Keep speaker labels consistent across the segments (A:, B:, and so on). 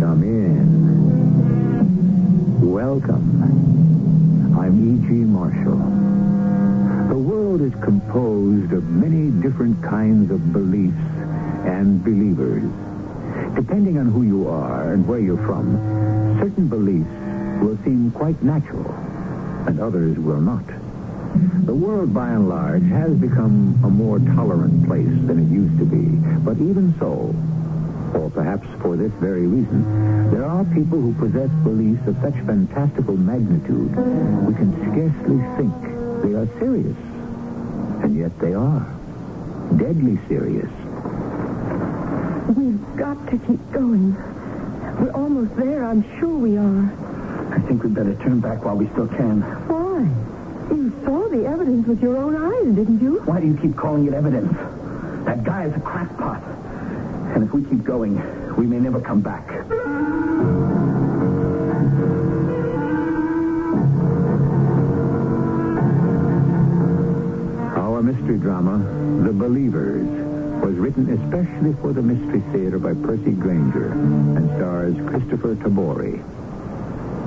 A: Come in. Welcome. I'm E.G. Marshall. The world is composed of many different kinds of beliefs and believers. Depending on who you are and where you're from, certain beliefs will seem quite natural, and others will not. The world, by and large, has become a more tolerant place than it used to be. But even so, or perhaps for this very reason, there are people who possess beliefs of such fantastical magnitude we can scarcely think they are serious. And yet they are. Deadly serious.
B: We've got to keep going. We're almost there, I'm sure we are.
A: I think we'd better turn back while we still can.
B: Why? You saw the evidence with your own eyes, didn't you?
A: Why do you keep calling it evidence? That guy is a crackpot. And if we keep going, we may never come back. Our mystery drama, The Believers, was written especially for the Mystery Theater by Percy Granger and stars Christopher Tabori.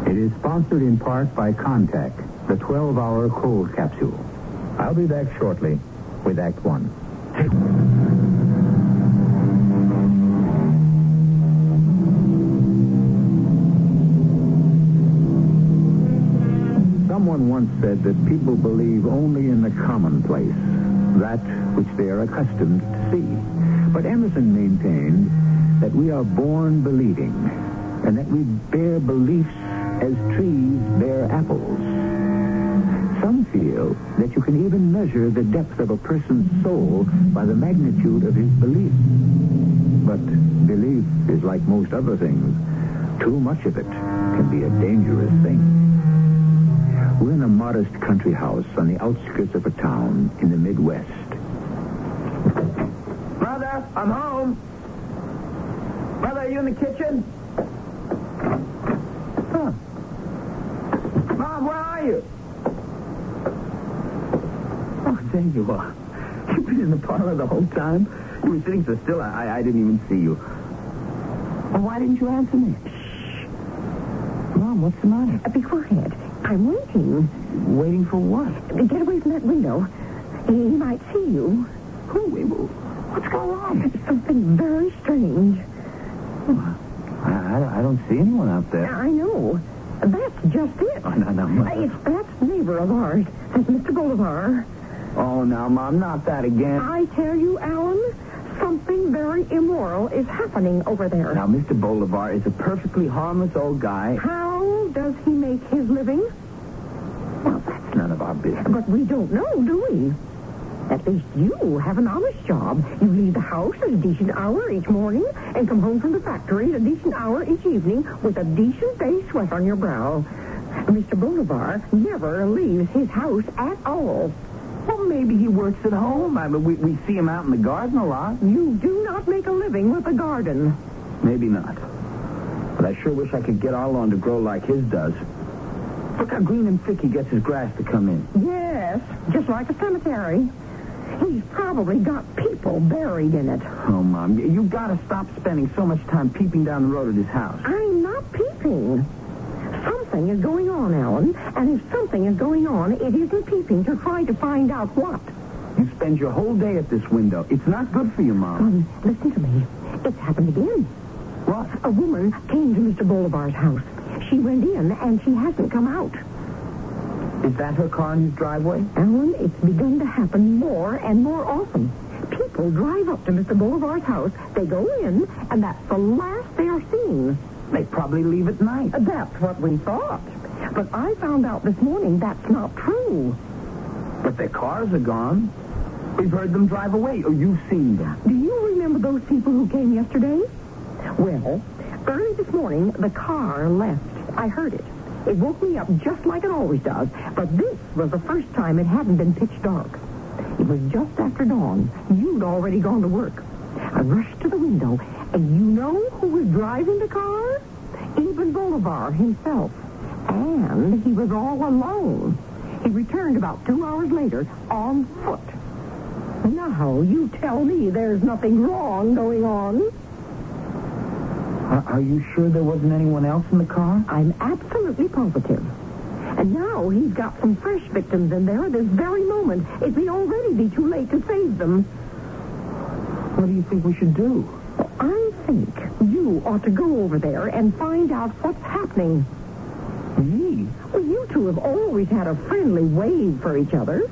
A: It is sponsored in part by Contact, the 12-hour cold capsule. I'll be back shortly with Act One. Someone once said that people believe only in the commonplace, that which they are accustomed to see. But Emerson maintained that we are born believing, and that we bear beliefs as trees bear apples. Some feel that you can even measure the depth of a person's soul by the magnitude of his belief. But belief is like most other things. Too much of it can be a dangerous thing. We're in a modest country house on the outskirts of a town in the Midwest. Brother, I'm home. Brother, are you in the kitchen? Huh. Mom, where are you? Oh, there you are. You've been in the parlor the whole time. You were sitting so still, I, I- I didn't even see you. Well, why didn't you answer me? Shh. Mom, what's the matter?
B: Uh, Be quiet. I'm waiting.
A: Waiting for what?
B: Get away from that window. He might see you.
A: Who? What's going on?
B: Something very strange.
A: I, I, I don't see anyone out there.
B: I know. That's just it.
A: Oh, no, no, Mother.
B: It's that neighbor of ours, that Mr. Bolivar.
A: Oh, now, Mom, not that again.
B: I tell you, Alan, something very immoral is happening over there.
A: Now, Mr. Bolivar is a perfectly harmless old guy.
B: How does he make his living?
A: Well, that's none of our business.
B: But we don't know, do we? At least you have an honest job. You leave the house at a decent hour each morning and come home from the factory at a decent hour each evening with a decent day's sweat on your brow. Mr. Bolivar never leaves his house at all.
A: Well, maybe he works at home. I mean, we, we see him out in the garden a lot.
B: You do not make a living with a garden.
A: Maybe not. But I sure wish I could get our lawn to grow like his does. Look how green and thick he gets his grass to come in.
B: Yes, just like a cemetery. He's probably got people buried in it.
A: Oh, Mom, you, you gotta stop spending so much time peeping down the road at his house.
B: I'm not peeping. Something is going on, Alan, and if something is going on, it isn't peeping to try to find out what.
A: You spend your whole day at this window. It's not good for you, Mom.
B: Um, listen to me. It's happened again.
A: What?
B: A woman came to Mr. Bolivar's house. She went in, and she hasn't come out.
A: Is that her car in his driveway?
B: Alan, it's begun to happen more and more often. People drive up to Mr. Bolivar's house, they go in, and that's the last they are seen.
A: They probably leave at night.
B: That's what we thought. But I found out this morning that's not true.
C: But their cars are gone. We've heard them drive away, or you've seen them.
B: Do you remember those people who came yesterday? Well, early this morning, the car left. I heard it. It woke me up just like it always does, but this was the first time it hadn't been pitch dark. It was just after dawn. You'd already gone to work. I rushed to the window, and you know who was driving the car? Eben Bolivar himself. And he was all alone. He returned about two hours later on foot. Now, you tell me there's nothing wrong going on.
C: Are, are you sure there wasn't anyone else in the car?
B: I'm absolutely positive. And now he's got some fresh victims in there this very moment. It may already be too late to save them.
C: What do you think we should do?
B: Well, I think you ought to go over there and find out what's happening.
C: Me?
B: Well, you two have always had a friendly wave for each other.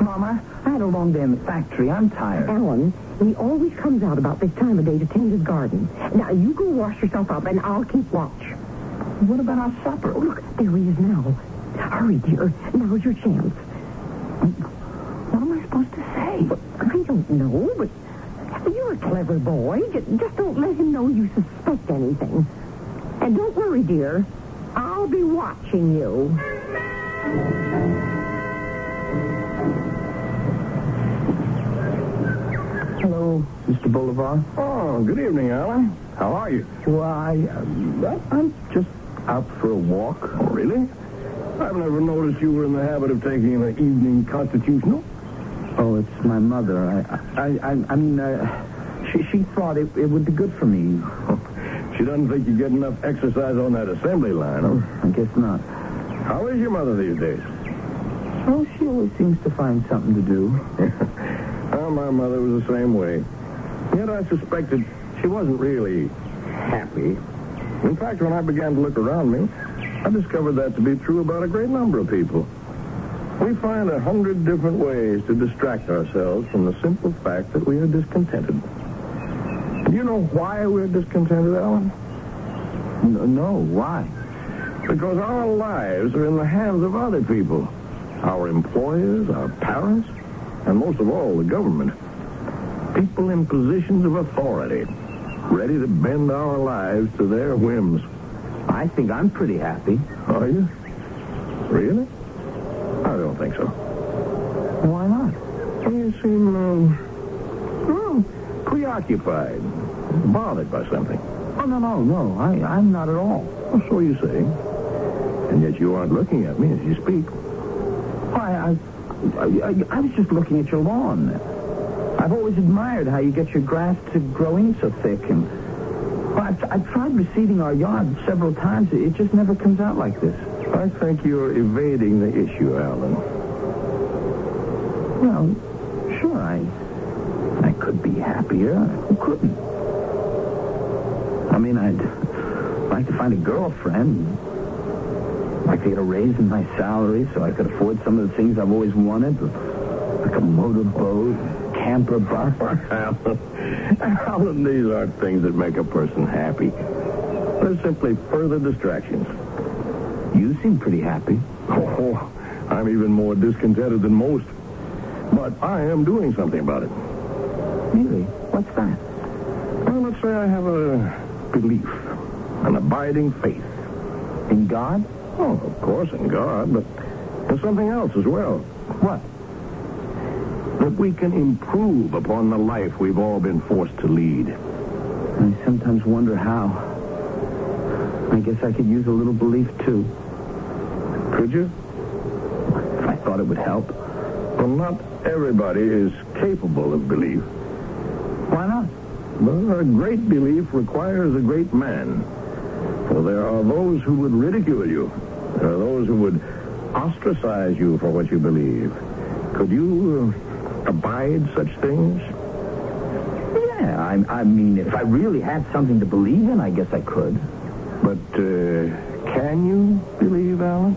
C: Mama, I had a long day in the factory. I'm tired.
B: Alan, he always comes out about this time of day to tend his garden. Now, you go wash yourself up, and I'll keep watch.
C: What about our supper?
B: Oh, look, there he is now. Hurry, dear. Now's your chance. What am I supposed to say? I don't know, but you're a clever boy. Ju- Just don't let him know you suspect anything. And don't worry, dear. I'll be watching you.
C: Hello, Mr. Bolivar.
A: Oh, good evening, Alan. How are you?
C: Why, um, I'm just out for a walk.
A: Oh, really? I've never noticed you were in the habit of taking an evening constitutional.
C: Oh, it's my mother. I, I, I, I mean, uh, she, she thought it, it would be good for me.
A: She doesn't think you get enough exercise on that assembly line.
C: I guess not.
A: Huh? How is your mother these days?
C: Oh, she always seems to find something to do.
A: well, my mother was the same way. Yet I suspected she wasn't really happy. In fact, when I began to look around me, I discovered that to be true about a great number of people. We find a hundred different ways to distract ourselves from the simple fact that we are discontented. Do you know why we're discontented, Alan?
C: N- no, why?
A: Because our lives are in the hands of other people our employers, our parents, and most of all, the government. People in positions of authority, ready to bend our lives to their whims.
C: I think I'm pretty happy.
A: Are you? Really? I don't think so.
C: Why not?
A: You seem, um, well, preoccupied, bothered by something.
C: Oh, no, no, no. I, I'm not at all.
A: Well, so you say. And yet you aren't looking at me as you speak.
C: Why, I, I, I, I was just looking at your lawn. I've always admired how you get your grass to grow in so thick. And well, I've, I've tried reseeding our yard several times. It, it just never comes out like this.
A: I think you're evading the issue, Alan.
C: Well, sure, I, I could be happier. Who couldn't? I mean, I'd like to find a girlfriend. Like to get a raise in my salary so I could afford some of the things I've always wanted, like a motorboat, camper bus.
A: Alan, Alan, these aren't things that make a person happy. They're simply further distractions.
C: You seem pretty happy.
A: Oh, I'm even more discontented than most. But I am doing something about it.
C: Really? What's that?
A: Well, let's say I have a belief, an abiding faith.
C: In God?
A: Oh, of course, in God, but in something else as well.
C: What?
A: That we can improve upon the life we've all been forced to lead.
C: I sometimes wonder how. I guess I could use a little belief, too.
A: Could you?
C: If I thought it would help.
A: Well, not everybody is capable of belief.
C: Why not?
A: Well, a great belief requires a great man. For there are those who would ridicule you. There are those who would ostracize you for what you believe. Could you uh, abide such things?
C: Yeah, I, I mean, if I really had something to believe in, I guess I could.
A: But uh, can you believe, Alan?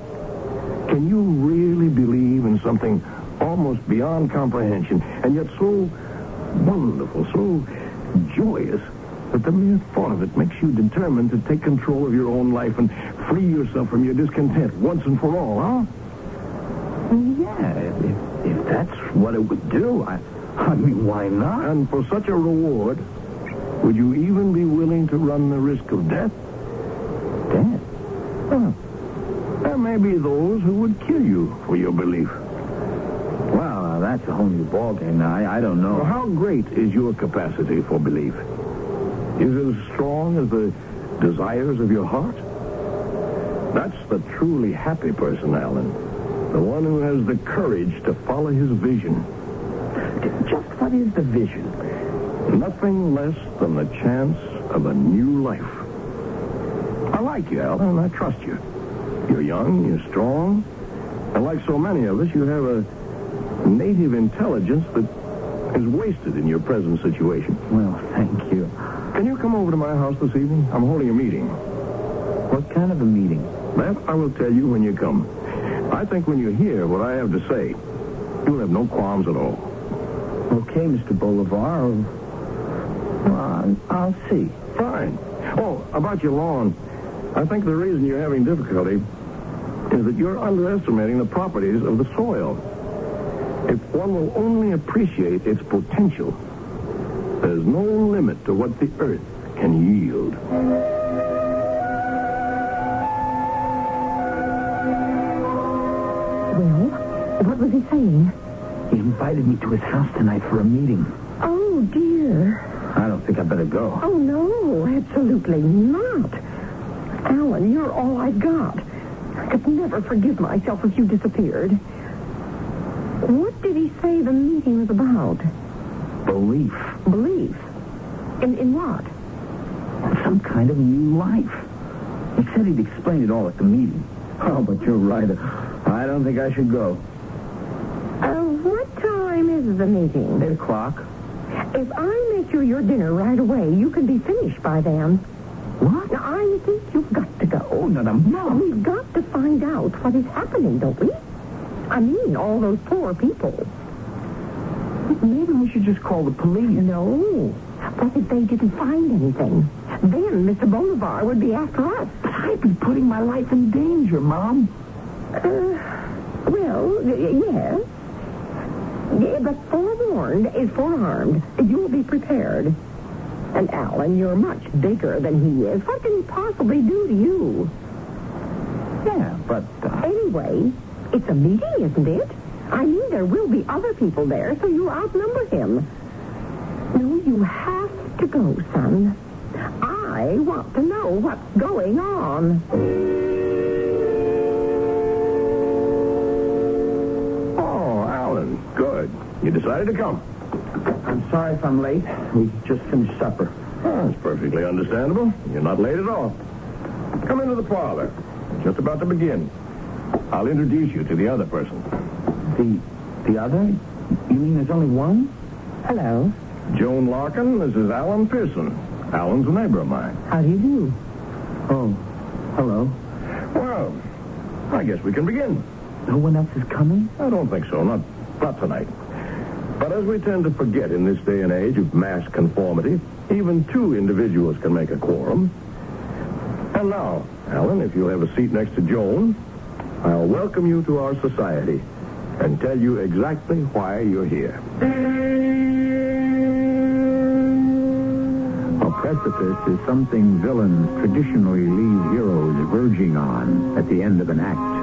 A: Can you really believe in something almost beyond comprehension and yet so wonderful, so joyous that the mere thought of it makes you determined to take control of your own life and free yourself from your discontent once and for all, huh?
C: Yeah, if, if that's what it would do, I, I mean, why not?
A: And for such a reward, would you even be willing to run the risk of death?
C: Death.
A: Huh. There may be those who would kill you for your belief.
C: Well, uh, that's a whole new ballgame. Now, I, I don't know.
A: Well, how great is your capacity for belief? Is it as strong as the desires of your heart? That's the truly happy person, Alan. The one who has the courage to follow his vision.
C: Just what is the vision?
A: Nothing less than the chance of a new life. I like you, Alan. I trust you. You're young, you're strong, and like so many of us, you have a native intelligence that is wasted in your present situation.
C: Well, thank you.
A: Can you come over to my house this evening? I'm holding a meeting.
C: What kind of a meeting?
A: That I will tell you when you come. I think when you hear what I have to say, you'll have no qualms at all.
C: Okay, Mr. Bolivar. Well, I'll see.
A: Fine. Oh, about your lawn. I think the reason you're having difficulty is that you're underestimating the properties of the soil. If one will only appreciate its potential, there's no limit to what the earth can yield.
B: Well, what was he saying?
C: He invited me to his house tonight for a meeting.
B: Oh, dear.
C: I don't think I better go.
B: Oh, no, absolutely not. Alan, you're all I've got. I could never forgive myself if you disappeared. What did he say the meeting was about?
C: Belief.
B: Belief. In, in what?
C: Some kind of new life. He said he'd explain it all at the meeting. Oh, but you're right. I don't think I should go.
B: Uh, what time is the meeting?
C: Eight o'clock.
B: If I make you your dinner right away, you can be finished by then.
C: What?
B: Now, I think you've got to go.
C: Oh, no, no, no.
B: We've got to find out what is happening, don't we? I mean, all those poor people.
C: Maybe we should just call the police.
B: No. What if they didn't find anything? Then Mr. Bolivar would be after us.
C: But I'd be putting my life in danger, Mom.
B: Uh, well, y- yes. Yeah, But forewarned is forearmed. You'll be prepared. And Alan, you're much bigger than he is. What can he possibly do to you?
C: Yeah, but uh,
B: Anyway, it's a meeting, isn't it? I mean, there will be other people there, so you outnumber him. No, you have to go, son. I want to know what's going on.
A: Oh, Alan, good. You decided to come.
C: I'm sorry if I'm late. We just finished supper.
A: Oh, that's perfectly understandable. You're not late at all. Come into the parlor. Just about to begin. I'll introduce you to the other person.
C: The the other? You mean there's only one?
B: Hello.
A: Joan Larkin, this is Alan Pearson. Alan's a neighbor of mine.
B: How do you do?
C: Oh, hello.
A: Well, I guess we can begin.
C: No one else is coming?
A: I don't think so. Not, not tonight. But as we tend to forget in this day and age of mass conformity, even two individuals can make a quorum. And now, Alan, if you'll have a seat next to Joan, I'll welcome you to our society and tell you exactly why you're here.
C: A precipice is something villains traditionally leave heroes verging on at the end of an act.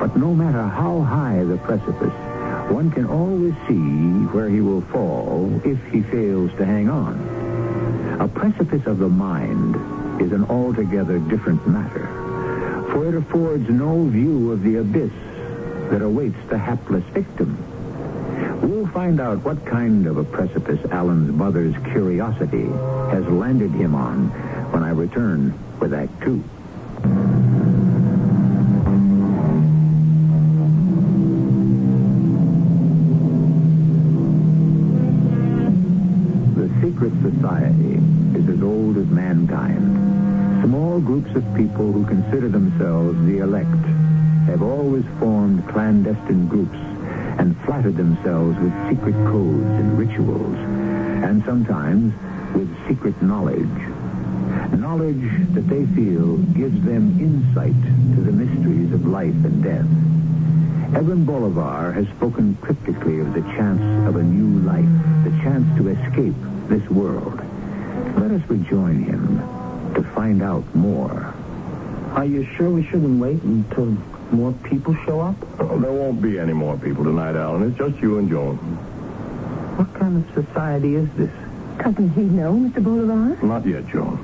C: But no matter how high the precipice, one can always see where he will fall if he fails to hang on. A precipice of the mind is an altogether different matter, for it affords no view of the abyss that awaits the hapless victim. We'll find out what kind of a precipice Alan's mother's curiosity has landed him on when I return with Act Two. The secret society is as old as mankind. Small groups of people who consider themselves the elect have always formed clandestine groups and flattered themselves with secret codes and rituals, and sometimes with secret knowledge. Knowledge that they feel gives them insight to the mysteries of life and death. Evan Bolivar has spoken cryptically of the chance of a new life, the chance to escape this world. Let us rejoin him to find out more.
D: Are you sure we shouldn't wait until more people show up?
A: Oh, there won't be any more people tonight, Alan. It's just you and Joan.
D: What kind of society is this?
B: Doesn't he know, Mr. Bolivar?
A: Not yet, Joan.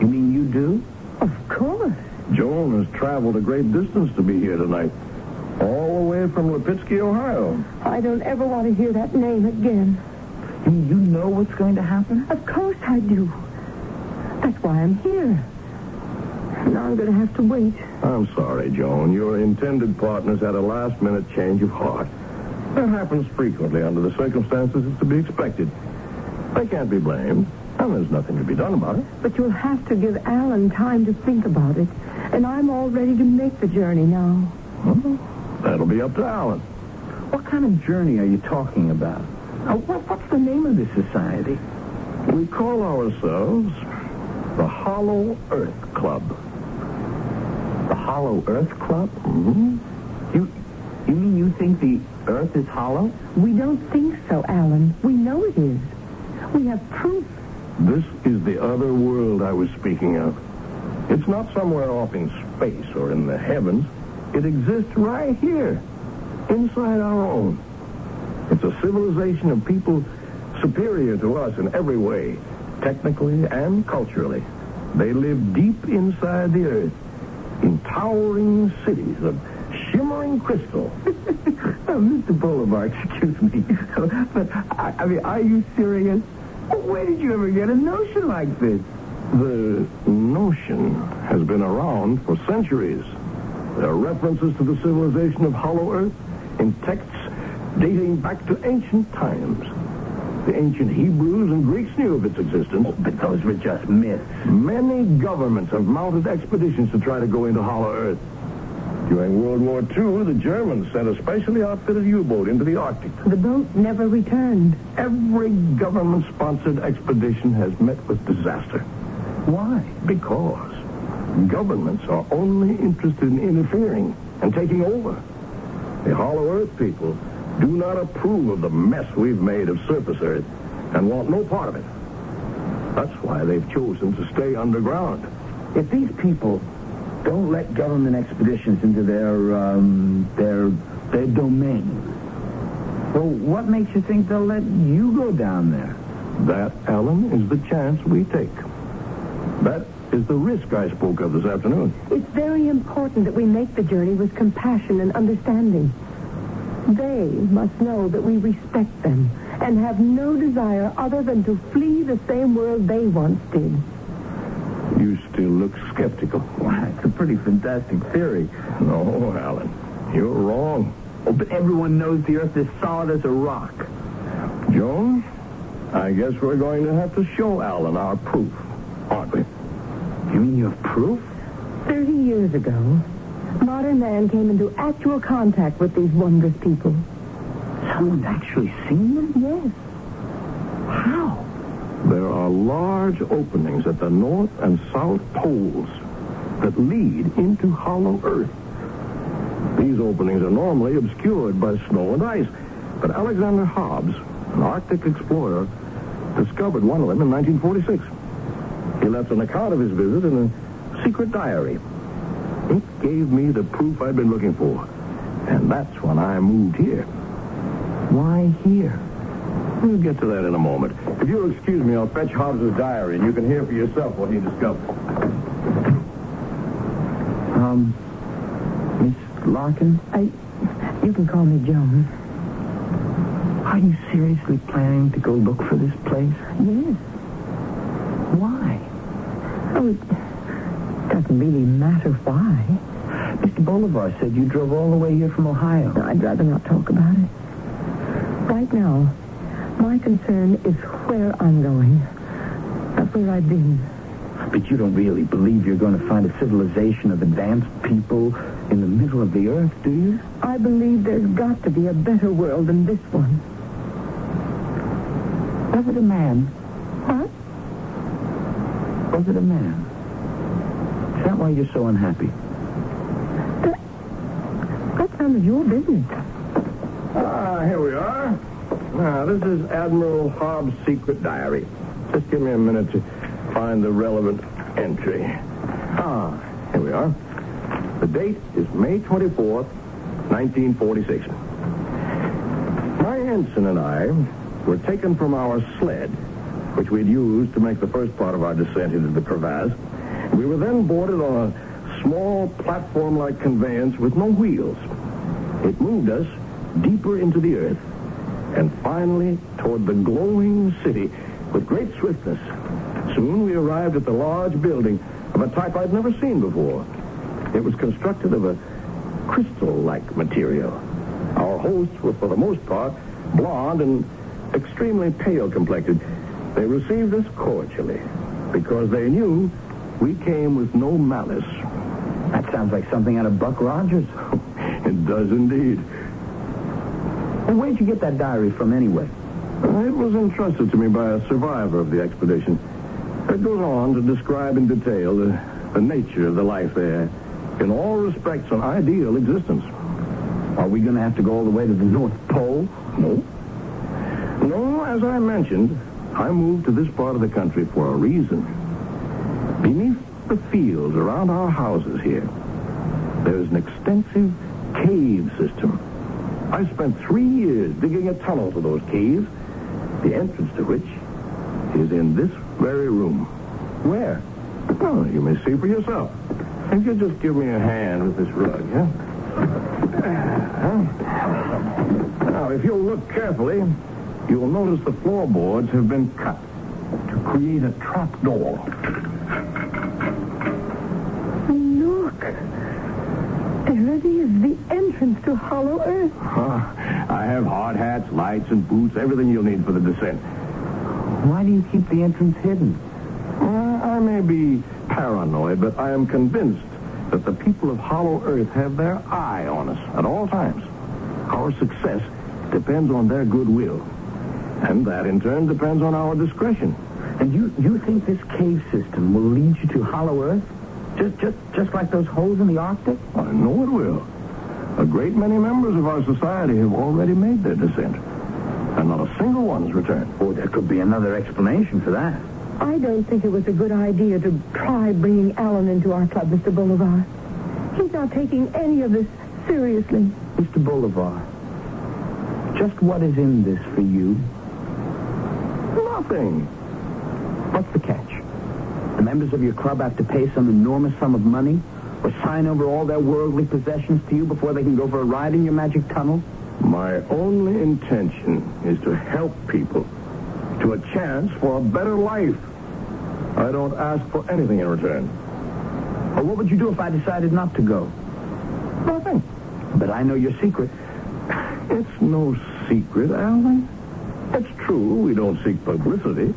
D: You mean you do?
B: Of course.
A: Joan has traveled a great distance to be here tonight. All the way from Lipitsky, Ohio.
B: I don't ever want to hear that name again.
D: Do you know what's going to happen?
B: Of course I do. That's why I'm here. Now I'm going to have to wait.
A: I'm sorry, Joan. Your intended partner's had a last-minute change of heart. That happens frequently under the circumstances it's to be expected. They can't be blamed, and there's nothing to be done about it.
B: But you'll have to give Alan time to think about it. And I'm all ready to make the journey now.
A: That'll be up to Alan.
D: What kind of journey are you talking about? Uh, what, what's the name of this society?
A: We call ourselves the Hollow Earth Club.
D: The Hollow Earth Club?
A: Mm-hmm.
D: You, you mean you think the Earth is hollow?
B: We don't think so, Alan. We know it is. We have proof.
A: This is the other world I was speaking of. It's not somewhere off in space or in the heavens. It exists right here, inside our own. It's a civilization of people superior to us in every way, technically and culturally. They live deep inside the earth, in towering cities of shimmering crystal.
D: Oh, Mr. Bolivar, excuse me. but, I, I mean, are you serious? Where did you ever get a notion like this?
A: The notion has been around for centuries. There are references to the civilization of Hollow Earth in texts dating back to ancient times. The ancient Hebrews and Greeks knew of its existence.
D: But Oh, those were just myths.
A: Many governments have mounted expeditions to try to go into Hollow Earth. During World War II, the Germans sent a specially outfitted U-boat into the Arctic.
B: The boat never returned.
A: Every government-sponsored expedition has met with disaster.
D: Why?
A: Because governments are only interested in interfering and taking over. The Hollow Earth people do not approve of the mess we've made of surface Earth and want no part of it. That's why they've chosen to stay underground.
D: If these people don't let government expeditions into their, um, their, their domain, well, what makes you think they'll let you go down there?
A: That, Alan, is the chance we take. That is the risk I spoke of this afternoon.
B: It's very important that we make the journey with compassion and understanding. They must know that we respect them and have no desire other than to flee the same world they once did.
A: You still look skeptical.
D: Why, it's a pretty fantastic theory.
A: No, Alan, you're wrong.
D: Oh, but everyone knows the Earth is solid as a rock.
A: Joan, I guess we're going to have to show Alan our proof, aren't we?
D: You mean you have proof?
B: Thirty years ago, modern man came into actual contact with these wondrous people.
D: Someone's actually seen them?
B: Yes.
D: How?
A: There are large openings at the north and south poles that lead into hollow earth. These openings are normally obscured by snow and ice, but Alexander Hobbs, an Arctic explorer, discovered one of them in 1946. He left an account of his visit in a secret diary. It gave me the proof I'd been looking for, and that's when I moved here.
D: Why here?
A: We'll get to that in a moment. If you'll excuse me, I'll fetch Hobbs's diary, and you can hear for yourself what he discovered.
D: Um, Miss Larkin,
B: I, you can call me Joan.
D: are you seriously planning to go look for this place?
B: Yes.
D: Why?
B: Oh, it doesn't really matter why.
D: Mr. Bolivar said you drove all the way here from Ohio.
B: No, I'd rather not talk about it. Right now, my concern is where I'm going, not where I've been.
D: But you don't really believe you're going to find a civilization of advanced people in the middle of the earth, do you?
B: I believe there's got to be a better world than this one.
D: Was it a man?
B: What?
D: Was it a man? Is that why you're so unhappy?
B: That's none of your business.
A: Ah, here we are. Now, this is Admiral Hobbs' secret diary. Just give me a minute to find the relevant entry. Ah, here we are. The date is May 24th, 1946. My ensign and I were taken from our sled, which we'd used to make the first part of our descent into the crevasse. We were then boarded on a small platform-like conveyance with no wheels. It moved us deeper into the earth and finally toward the glowing city with great swiftness. Soon we arrived at the large building of a type I'd never seen before. It was constructed of a crystal-like material. Our hosts were, for the most part, blond and extremely pale complected. They received us cordially because they knew we came with no malice.
D: That sounds like something out of Buck Rogers.
A: It does indeed.
D: And where'd you get that diary from anyway?
A: Uh, It was entrusted to me by a survivor of the expedition. It goes on to describe in detail the, the nature of the life there. In all respects, an ideal existence.
D: Are we going to have to go all the way to the North Pole?
A: No. No, as I mentioned, I moved to this part of the country for a reason. Beneath the fields around our houses here, there's an extensive cave system. I spent three years digging a tunnel to those caves, the entrance to which is in this very room. Where? Oh, you may see for yourself. If you just give me a hand with this rug, huh? Now, if you'll look carefully, you'll notice the floorboards have been cut to create a trap door.
B: Look. There it is, the entrance to Hollow Earth.
A: Oh, I have hard hats, lights, and boots, everything you'll need for the descent.
D: Why do you keep the entrance hidden?
A: Uh, I may be paranoid, but I am convinced that the people of Hollow Earth have their eye on us at all times. Our success depends on their goodwill. And that, in turn, depends on our discretion.
D: And you, you think this cave system will lead you to Hollow Earth? Just, just, just like those holes in the Arctic?
A: I know it will. A great many members of our society have already made their descent, and not a single one has returned.
D: Oh, there could be another explanation for that.
B: I don't think it was a good idea to try bringing Alan into our club, Mr. Bolivar. He's not taking any of this seriously.
D: Mr. Bolivar, just what is in this for you?
A: Nothing.
D: What's the catch? The members of your club have to pay some enormous sum of money or sign over all their worldly possessions to you before they can go for a ride in your magic tunnel?
A: My only intention is to help people to a chance for a better life. I don't ask for anything in return.
D: Or what would you do if I decided not to go?
A: Nothing.
D: But I know your secret.
A: It's no secret, Alan. It's true we don't seek publicity,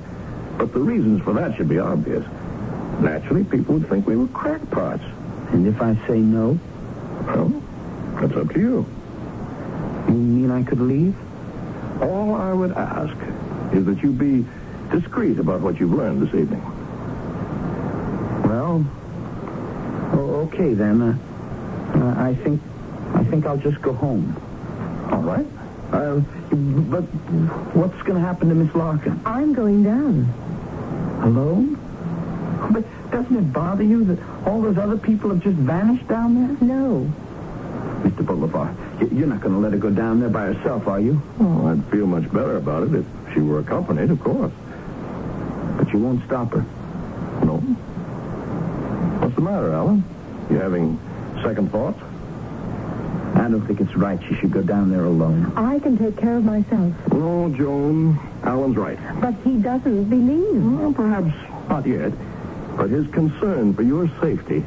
A: but the reasons for that should be obvious. Naturally, people would think we were crackpots.
D: And if I say no,
A: Well, that's up to you.
D: you mean I could leave?
A: All I would ask is that you be discreet about what you've learned this evening.
D: Well, oh, okay then. Uh, uh, I think I think I'll just go home.
A: All right.
D: Uh, but what's going to happen to Miss Larkin?
B: I'm going down.
D: Alone? But doesn't it bother you that all those other people have just vanished down there?
B: No.
D: Mr. Bolivar, y- you're not going to let her go down there by herself, are you?
A: Well, Oh, I'd feel much better about it if she were accompanied, of course.
D: But you won't stop her.
A: No. What's the matter, Alan? You having second thoughts?
D: I don't think it's right she should go down there alone.
B: I can take care of myself.
A: No, Joan. Alan's right.
B: But he doesn't believe.
A: Well, perhaps not yet. But his concern for your safety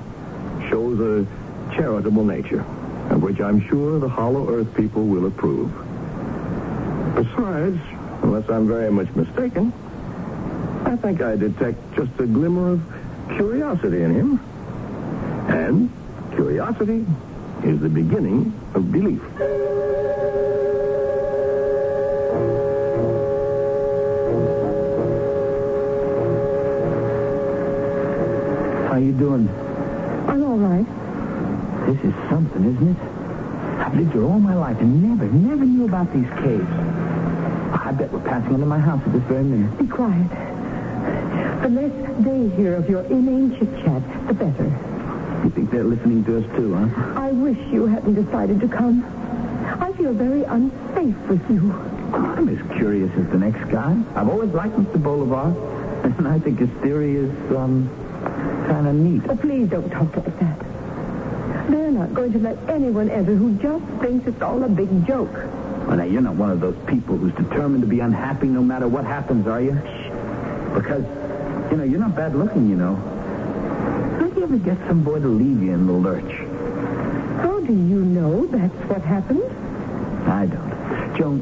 A: shows a charitable nature, of which I'm sure the Hollow Earth people will approve. Besides, unless I'm very much mistaken, I think I detect just a glimmer of curiosity in him. And curiosity is the beginning of belief.
D: How you doing?
B: I'm all right.
D: This is something, isn't it?
A: I've lived here all my life and never, never knew about these caves. I bet we're passing under my house at this very minute.
B: Be quiet. The less they hear of your inane chit-chat, the better.
A: You think they're listening to us too, huh?
B: I wish you hadn't decided to come. I feel very unsafe with you.
A: I'm as curious as the next guy. I've always liked Mr. Bolivar, and I think his theory is, um, kind of neat.
B: Oh, please don't talk like that. They're not going to let anyone enter who just thinks it's all a big joke.
A: Well, now, you're not one of those people who's determined to be unhappy no matter what happens, are you? Because, you know, you're not bad looking, you know. How do you ever get some boy to leave you in the lurch?
B: How do you know that's what happened?
A: I don't. Joan,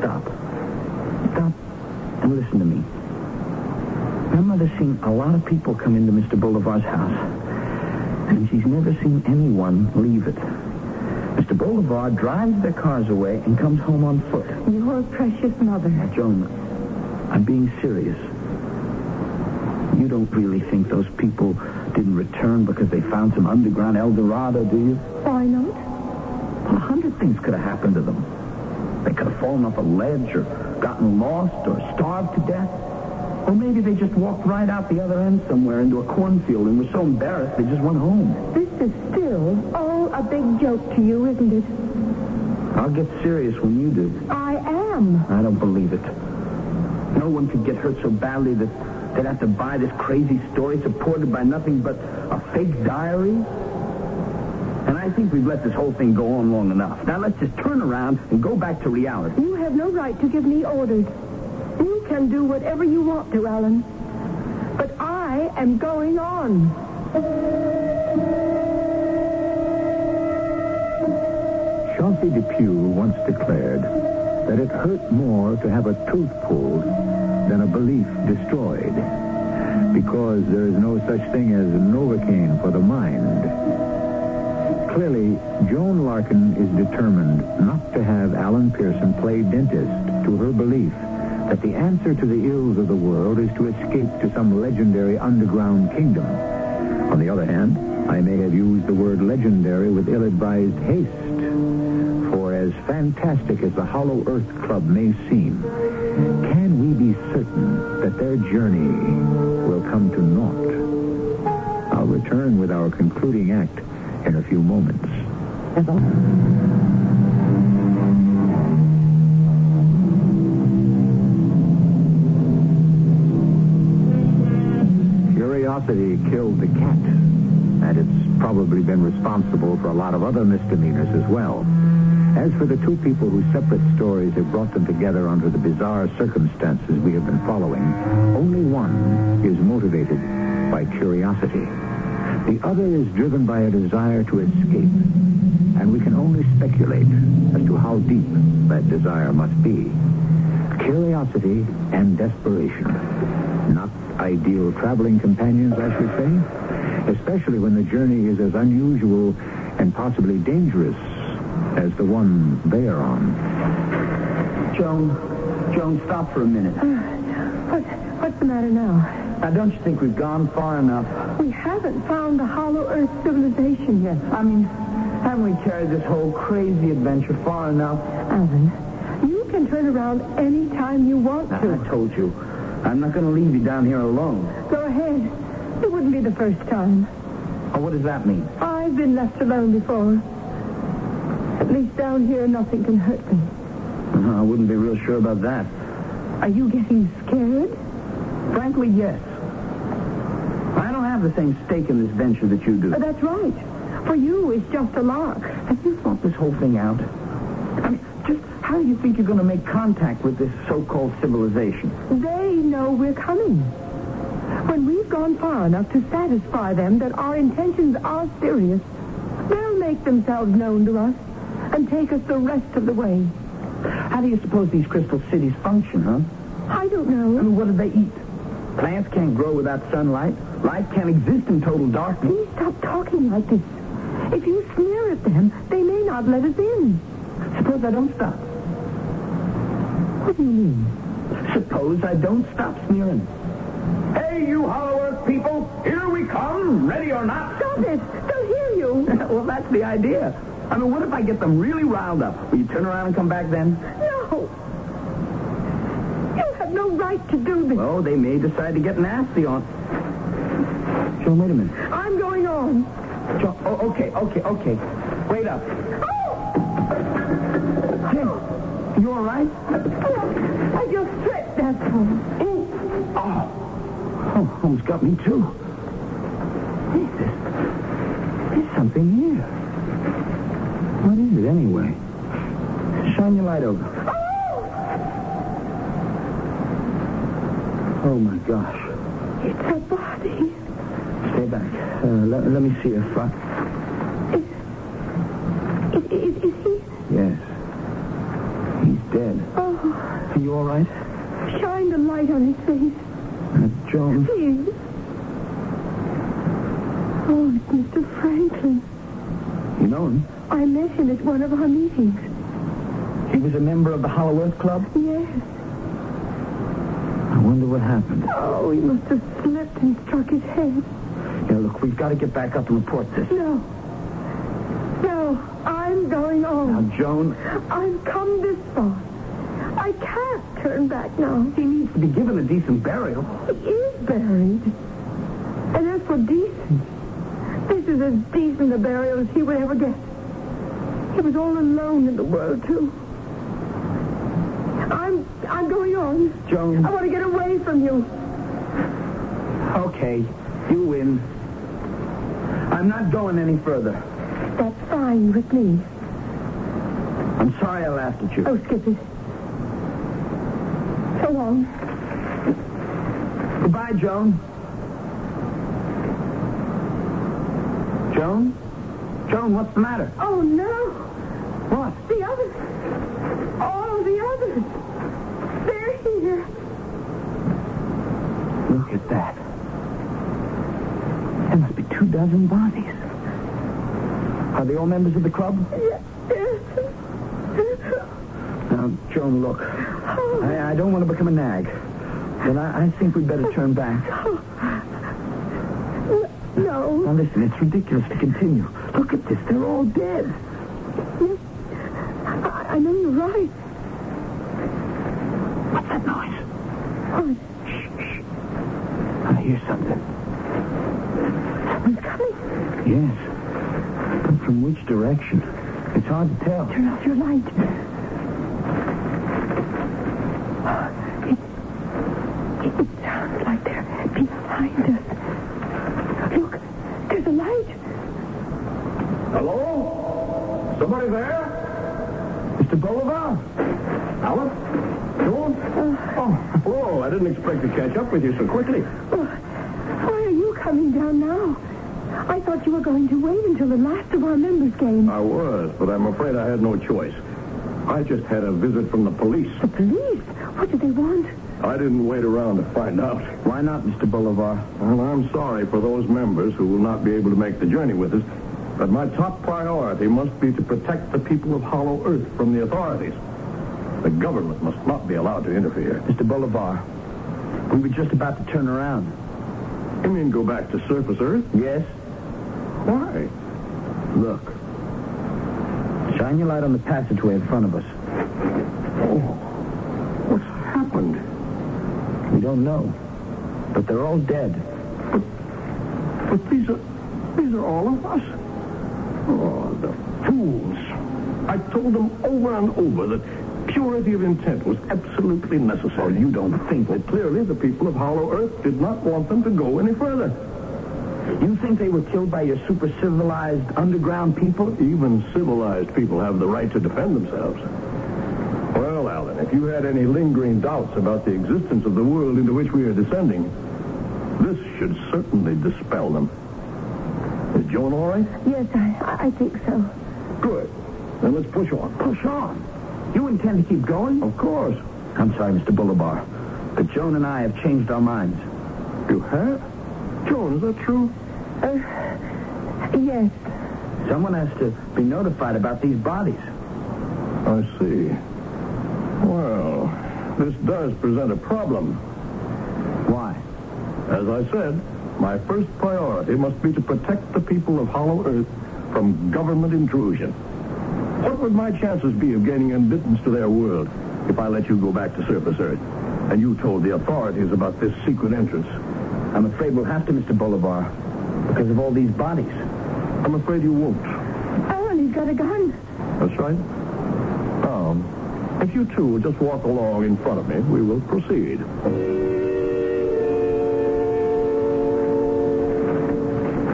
A: stop. Stop and listen to me. My mother's seen a lot of people come into Mr. Bolivar's house, and she's never seen anyone leave it. Mr. Bolivar drives their cars away and comes home on foot.
B: Your precious mother.
A: Joan, I'm being serious. You don't really think those people didn't return because they found some underground El Dorado, do you?
B: Why not?
A: A hundred things could have happened to them. They could have fallen off a ledge or gotten lost or starved to death. Or maybe they just walked right out the other end somewhere into a cornfield and were so embarrassed they just went home.
B: This is still all a big joke to you, isn't it?
A: I'll get serious when you do.
B: I am.
A: I don't believe it. No one could get hurt so badly that they'd have to buy this crazy story supported by nothing but a fake diary. And I think we've let this whole thing go on long enough. Now let's just turn around and go back to reality.
B: You have no right to give me orders. You can do whatever you want to, Alan. But I am going on.
E: Chauncey Depew once declared that it hurt more to have a tooth pulled than a belief destroyed because there is no such thing as Novocaine for the mind. Clearly, Joan Larkin is determined not to have Alan Pearson play dentist to her belief that the answer to the ills of the world is to escape to some legendary underground kingdom. On the other hand, I may have used the word legendary with ill-advised haste. For as fantastic as the Hollow Earth Club may seem, can we be certain that their journey will come to naught? I'll return with our concluding act in a few moments. Curiosity killed the cat, and it's probably been responsible for a lot of other misdemeanors as well. As for the two people whose separate stories have brought them together under the bizarre circumstances we have been following, only one is motivated by curiosity. The other is driven by a desire to escape, and we can only speculate as to how deep that desire must be. Curiosity and desperation. Not ideal traveling companions, I should say, especially when the journey is as unusual and possibly dangerous as the one they are on.
A: Joan, Joan, stop for a minute.
B: Ah, What, what's the matter now?
A: Now, don't you think we've gone far enough?
B: We haven't found the Hollow Earth civilization yet.
A: I mean, haven't we carried this whole crazy adventure far enough?
B: Alan, Uh. you can turn around any time you want
A: I,
B: to.
A: I told you, I'm not going to leave you down here alone.
B: Go ahead. It wouldn't be the first time.
A: Oh, what does that mean?
B: I've been left alone before. At least down here, nothing can hurt me.
A: Uh, I wouldn't be real sure about that.
B: Are you getting scared?
A: Frankly, yes. I don't have the same stake in this venture that you do.
B: Uh, that's right. For you, it's just a lark.
A: Have you thought this whole thing out? I mean, just how do you think you're going to make contact with this so-called civilization?
B: They know we're coming. When we've gone far enough to satisfy them that our intentions are serious, they'll make themselves known to us and take us the rest of the way.
A: How do you suppose these crystal cities function, huh?
B: I don't
A: I
B: know.
A: mean, what do they eat? Plants can't grow without sunlight. Life can't exist in total darkness.
B: Please stop talking like this. If you sneer at them, they may not let us in.
A: Suppose I don't stop.
B: What do you mean?
A: Suppose I don't stop sneering. Hey, you Hollow Earth people! Here we come, ready or not.
B: Stop it! They'll hear you.
A: well, that's the idea. I mean, what if I get them really riled up? Will you turn around and come back then?
B: No. You have no right to do this.
A: Oh, they may decide to get nasty on. Joan, wait a minute.
B: I'm going on.
A: Joan, oh, okay, okay, okay. Wait up. Jim, you all right?
B: Look, Oh, I just slipped, that's all.
A: Oh, oh, almost got me too. Jesus, there's something here. What is it anyway? Shine your light over. Oh my gosh.
B: It's a body.
A: Stay back. Uh, let, let me see if uh, I...
B: Is, is, is he?
A: Yes. He's dead.
B: Oh,
A: Are you all right?
B: shine the light on his face,
A: Uh, Joan.
B: please. Oh, it's Mr. Franklin.
A: You know him?
B: I met him at one of our meetings.
A: He was a member of the Hollow Earth Club?
B: Yes.
A: I wonder what happened.
B: Oh, he must have slipped and struck his head.
A: Yeah, look, we've got to get back up and report this.
B: No. No, I'm going
A: Now,
B: on.
A: Joan,
B: I've come this far. I can't turn back now.
A: he needs to be given a decent burial.
B: He is buried. And as for decent, this is as decent a burial as he would ever get. He was all alone in the world, too. I'm I'm going on.
A: Joan.
B: I want to get away from you.
A: Okay, you win. I'm not going any further.
B: That's fine with me.
A: I'm sorry I laughed at you.
B: Oh, skip it. So long.
A: Goodbye, Joan. Joan? Joan, what's the matter?
B: Oh, no.
A: What?
B: The others. All the others. They're here.
A: Look at that. There must be two dozen bodies. Are they all members of the club?
B: Yes.
A: Now, Joan, look. I, I don't want to become a nag. But I, I think we'd better turn back.
B: No.
A: Now, listen, it's ridiculous to continue. Look at this. They're all dead.
B: I, I know you're right.
A: What's that noise?
B: Oh,
A: Shh, shh. I hear something.
B: it's coming.
A: Yes. But from which direction? It's hard to tell.
B: Turn off your light. It, it sounds like they're behind us. Look, there's a light.
F: Hello? Somebody there? Mr. Bolivar? Alice? Joan? oh, whoa, I didn't expect to catch up with you so quickly.
B: Why are you coming down now? I thought you were going to wait until the last of our members came.
F: I was, but I'm afraid I had no choice. I just had a visit from the police.
B: The police? What do they want?
F: I didn't wait around to find out.
A: Why not, Mr. Bolivar?
F: Well, I'm sorry for those members who will not be able to make the journey with us, but my top priority must be to protect the people of Hollow Earth from the authorities. The government must not be allowed to interfere.
A: Mr. Bolivar, we were just about to turn around.
F: You mean go back to surface Earth?
A: Yes?
F: Why?
A: Look. Shine your light on the passageway in front of us.
F: Oh, what's happened?
A: We don't know. But they're all dead.
F: But these are these are all of us. Oh, the fools! I told them over and over that purity of intent was absolutely necessary. Oh, you don't think that clearly the people of Hollow Earth did not want them to go any further.
A: You think they were killed by your super civilized underground people?
F: Even civilized people have the right to defend themselves. Well, Alan, if you had any lingering doubts about the existence of the world into which we are descending, this should certainly dispel them. Is Joan all right?
B: Yes, I, I think so.
F: Good. Then let's push on.
A: Push on. You intend to keep going?
F: Of course.
A: I'm sorry, Mr. Bolivar. But Joan and I have changed our minds.
F: You have? Joan, is that true?
B: Yes.
A: Someone has to be notified about these bodies.
F: I see. Well, this does present a problem.
A: Why?
F: As I said, my first priority must be to protect the people of Hollow Earth from government intrusion.
G: What would my chances be of gaining admittance to their world if I let you go back to surface Earth and you told the authorities about this secret entrance?
A: I'm afraid we'll have to, Mr. Bolivar, because of all these bodies.
G: I'm afraid you won't.
B: Alan, he's got a gun.
G: That's right. Now, if you two will just walk along in front of me, we will proceed.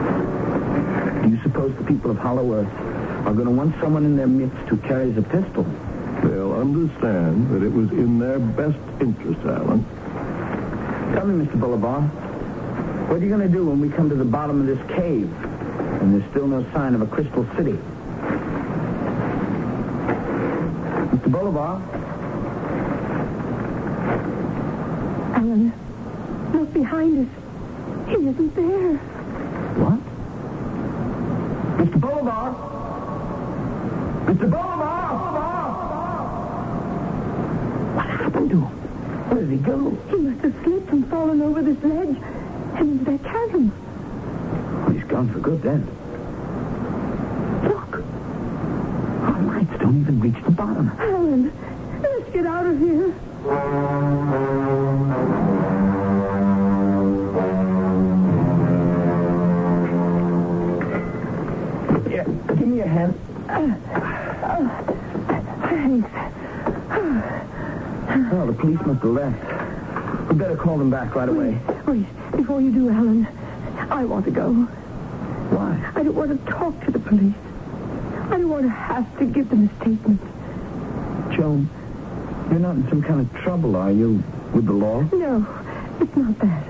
A: Do you suppose the people of Hollow Earth are going to want someone in their midst who carries a pistol?
G: They'll understand that it was in their best interest, Alan.
A: Tell me, Mr. Bolivar, what are you going to do when we come to the bottom of this cave and there's still no sign of a crystal city? Mr. Bolivar,
B: Alan, look behind us. He isn't there.
A: What? Mr. Bolivar! Mr. Bolivar! What happened to him? Where did he go?
B: He must have slipped and fallen over this ledge and into that chasm.
A: He's gone for good then. Look! Our lights don't even reach the bottom.
B: Alan, let's get out of here.
A: Yeah, give me your hand.
B: Thanks.
A: Oh, the police must have left. We better call them back right away.
B: Wait, Oh, before you do, Alan, I want to go.
A: Why?
B: I don't want to talk to the police. I don't want to have to give them a statement.
A: Joan, you're not in some kind of trouble, are you, with the law?
B: No, it's not that.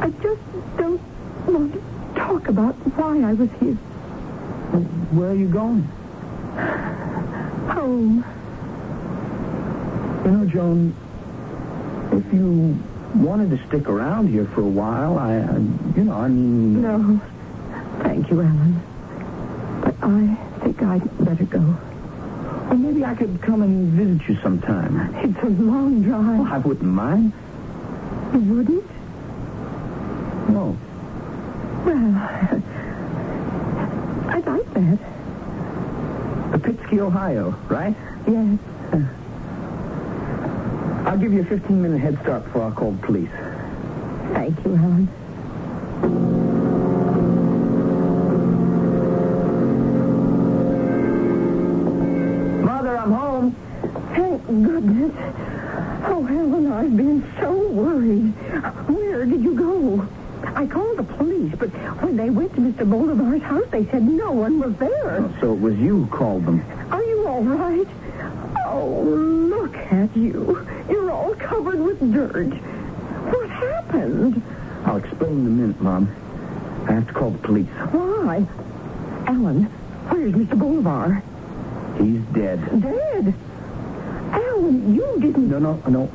B: I just don't want to talk about why I was here.
A: Where are you going?
B: Home.
A: You know, Joan, if you wanted to stick around here for a while, I, I you know, I mean...
B: No. Thank you, Alan. But I think I'd better go.
A: Well, maybe I could come and visit you sometime.
B: It's a long
A: Well,
B: drive.
A: I wouldn't mind.
B: You wouldn't?
A: No.
B: Well, I'd like that.
A: Pitsky, Ohio, right?
B: Yes.
A: I'll give you a 15-minute head start before I call the police.
B: Thank you, Alan.
A: Mother, I'm home.
B: Thank goodness. Oh, Helen, I've been so worried. Where did you go? I called the police, but when they went to Mr. Bolivar's house, they said no one was there.
A: So it was you who called them.
B: Are you all right? Oh, look at you. You're all covered with dirt. What happened?
A: I'll explain in a minute, Mom. I have to call the police.
B: Why? Alan, where's Mr. Bolivar?
A: He's dead.
B: Dead. Alan, you didn't.
A: No, no, no.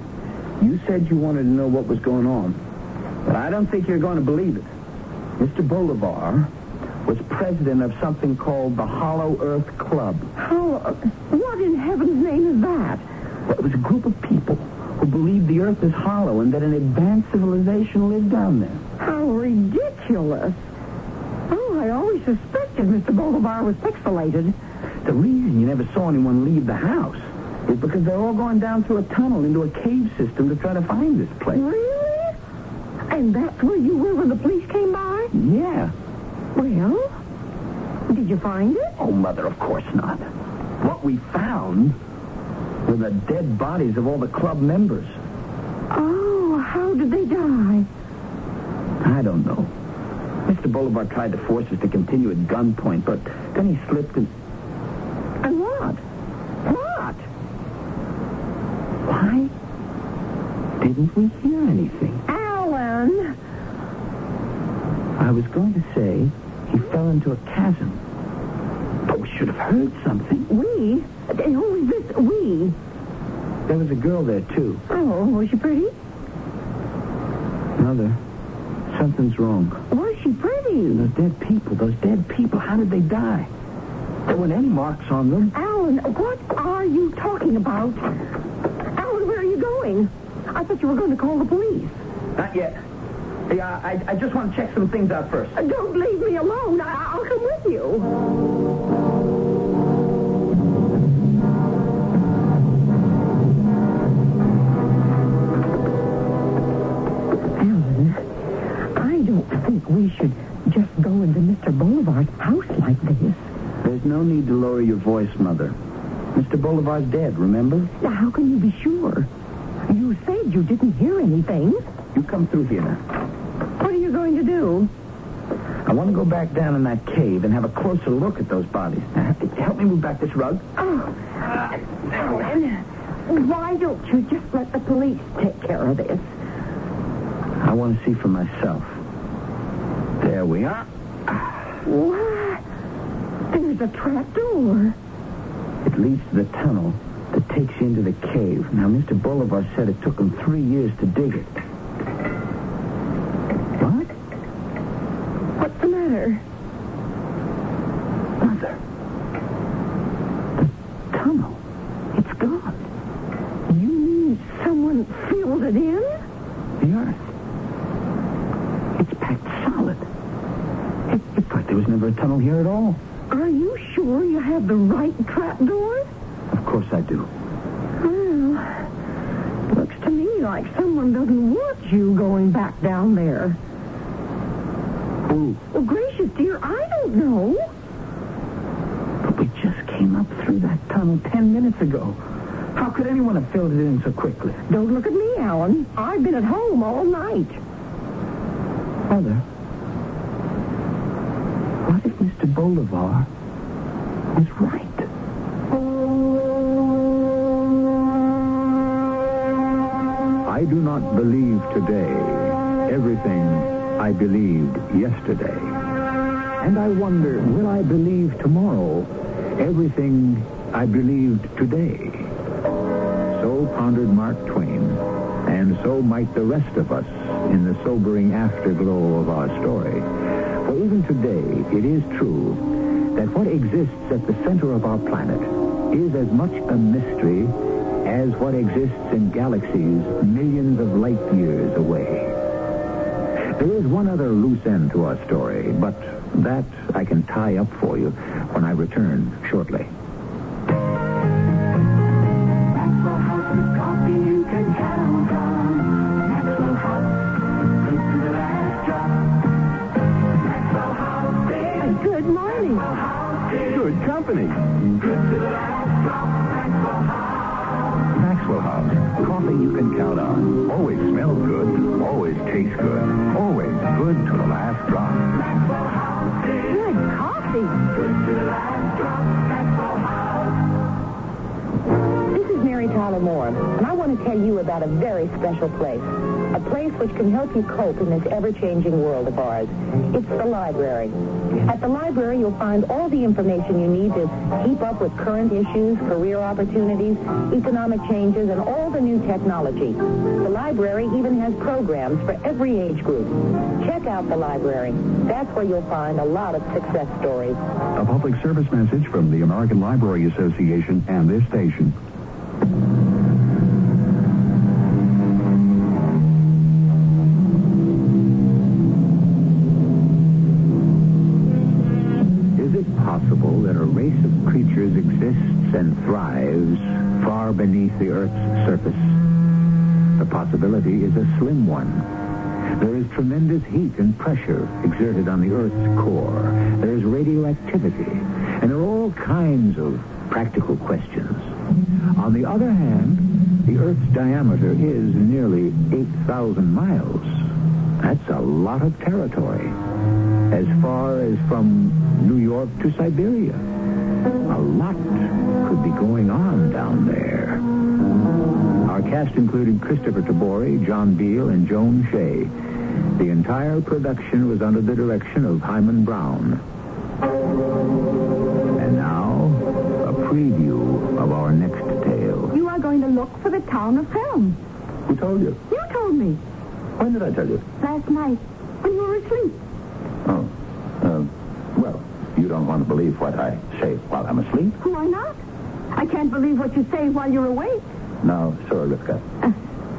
A: You said you wanted to know what was going on. But I don't think you're going to believe it. Mr. Bolivar was president of something called the Hollow Earth Club.
B: How? uh, What in heaven's name is that?
A: Well, it was a group of people who believed the Earth is hollow and that an advanced civilization lived down there.
B: How ridiculous. Oh, I always suspected Mr. Bolivar was pixelated.
A: The reason you never saw anyone leave the house is because they're all going down through a tunnel into a cave system to try to find this place.
B: Really? And that's where you were when the police came by?
A: Yeah.
B: Well, did you find it?
A: Oh, Mother, of course not. What we found were the dead bodies of all the club members.
B: Oh, how did they die?
A: I don't know. Mr. Bolivar tried to force us to continue at gunpoint, but then he slipped and...
B: And what? What?
A: Why didn't we hear anything?
B: Alan!
A: I was going to say he fell into a chasm. But we should have heard something.
B: We? Who is this we?
A: There was a girl there, too.
B: Oh, was she pretty?
A: Mother, something's wrong.
B: Was she pretty?
A: Those dead people, those dead people, how did they die? There weren't any marks on them.
B: Alan, what are you talking about? Alan, where are you going? I thought you were going to call the police.
A: Not yet. Hey, I, I- I just want to check some things out first.
B: Don't leave me alone. I- I'll come with you.
H: we should just go into Mr. Bolivar's house like this.
I: There's no need to lower your voice, Mother. Mr. Bolivar's dead, remember?
H: Now, how can you be sure? You said you didn't hear anything.
I: You come through here.
H: What are you going to do?
I: I want to go back down in that cave and have a closer look at those bodies. Now, help me move back this rug.
H: Oh, uh, Alan, why don't you just let the police take care of this?
I: I want to see for myself. There we are.
H: What? There's a trap door.
I: It leads to the tunnel that takes you into the cave. Now, Mr. Bolivar said it took him three years to dig it. What?
H: What's the matter?
I: Mother. The tunnel. It's gone.
H: You mean someone filled it in?
I: The earth. It's packed solid. It, it's like there was never a tunnel here at all.
H: Are you sure you have the right trap door?
I: Of course I do.
H: Well, looks to me like someone doesn't want you going back down there.
I: Ooh.
H: Well, gracious dear, I don't know.
I: But we just came up through that tunnel ten minutes ago. How could anyone have filled it in so quickly?
H: Don't look at me, Alan. I've been at home all night.
I: Mother, what if Mr. Bolivar was right?
A: I do not believe today everything I believed yesterday. And I wonder, will I believe tomorrow everything I believed today? So pondered Mark Twain, and so might the rest of us in the sobering afterglow of our story. For even today, it is true that what exists at the center of our planet is as much a mystery as what exists in galaxies millions of light years away. There is one other loose end to our story, but that I can tie up for you when I return shortly.
H: Good morning.
J: Good company. Maxwell House. Coffee you can count on. Always smells good. Always tastes good. Always good to the last drop.
H: Good coffee.
B: This is Mary Tyler Moore, and I want to tell you about a very special place. A place which can help you cope in this ever-changing world of ours. It's the library. At the library, you'll find all the information you need to keep up with current issues, career opportunities, economic changes, and all the new technology. The library even has programs for every age group. Check out the library. That's where you'll find a lot of success stories.
A: A public service message from the American Library Association and this station. Is it possible that a race of creatures exists and thrives far beneath the Earth's surface? The possibility is a slim one. There is tremendous heat and pressure exerted on the Earth's core. There is radioactivity. And there are all kinds of practical questions. On the other hand, the Earth's diameter is nearly 8,000 miles. That's a lot of territory. As far as from New York to Siberia. A lot could be going on down there. Our cast included Christopher Tabori, John Beale, and Joan Shea. The entire production was under the direction of Hyman Brown. And now, a preview of our next tale.
H: You are going to look for the town of Helm.
J: Who told you?
H: You told me
J: When did I tell you?
H: last night when you were asleep.
J: Oh. Uh, well, you don't want to believe what I say while I'm asleep.
H: Why not? I can't believe what you say while you're awake.
J: Now, Sir Rivka,
H: Uh,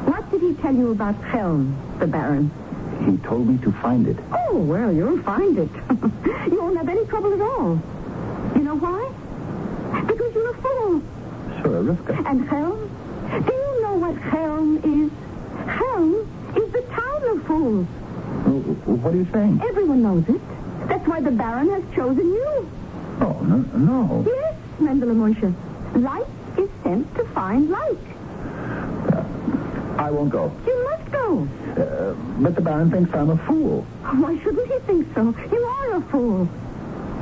H: what did he tell you about Helm, the Baron?
J: he told me to find it.
H: Oh, well, you'll find it. you won't have any trouble at all. You know why? Because you're a fool.
J: Sir Rivka.
H: And Helm? Do you know what Helm is? Helm is the town of fools.
J: Oh,
K: What are you saying?
B: Everyone knows it. That's why the Baron has chosen you.
K: Oh, no. no.
B: Yes, Mandela Moshe. Like is sent to find like.
K: I won't go.
B: You must go.
K: Uh, but the Baron thinks I'm a fool.
B: Oh, Why shouldn't he think so? You are a fool.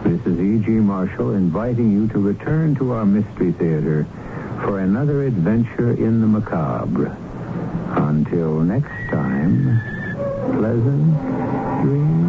A: This is E.G. Marshall inviting you to return to our Mystery Theater for another adventure in the macabre. Until next time, pleasant dreams.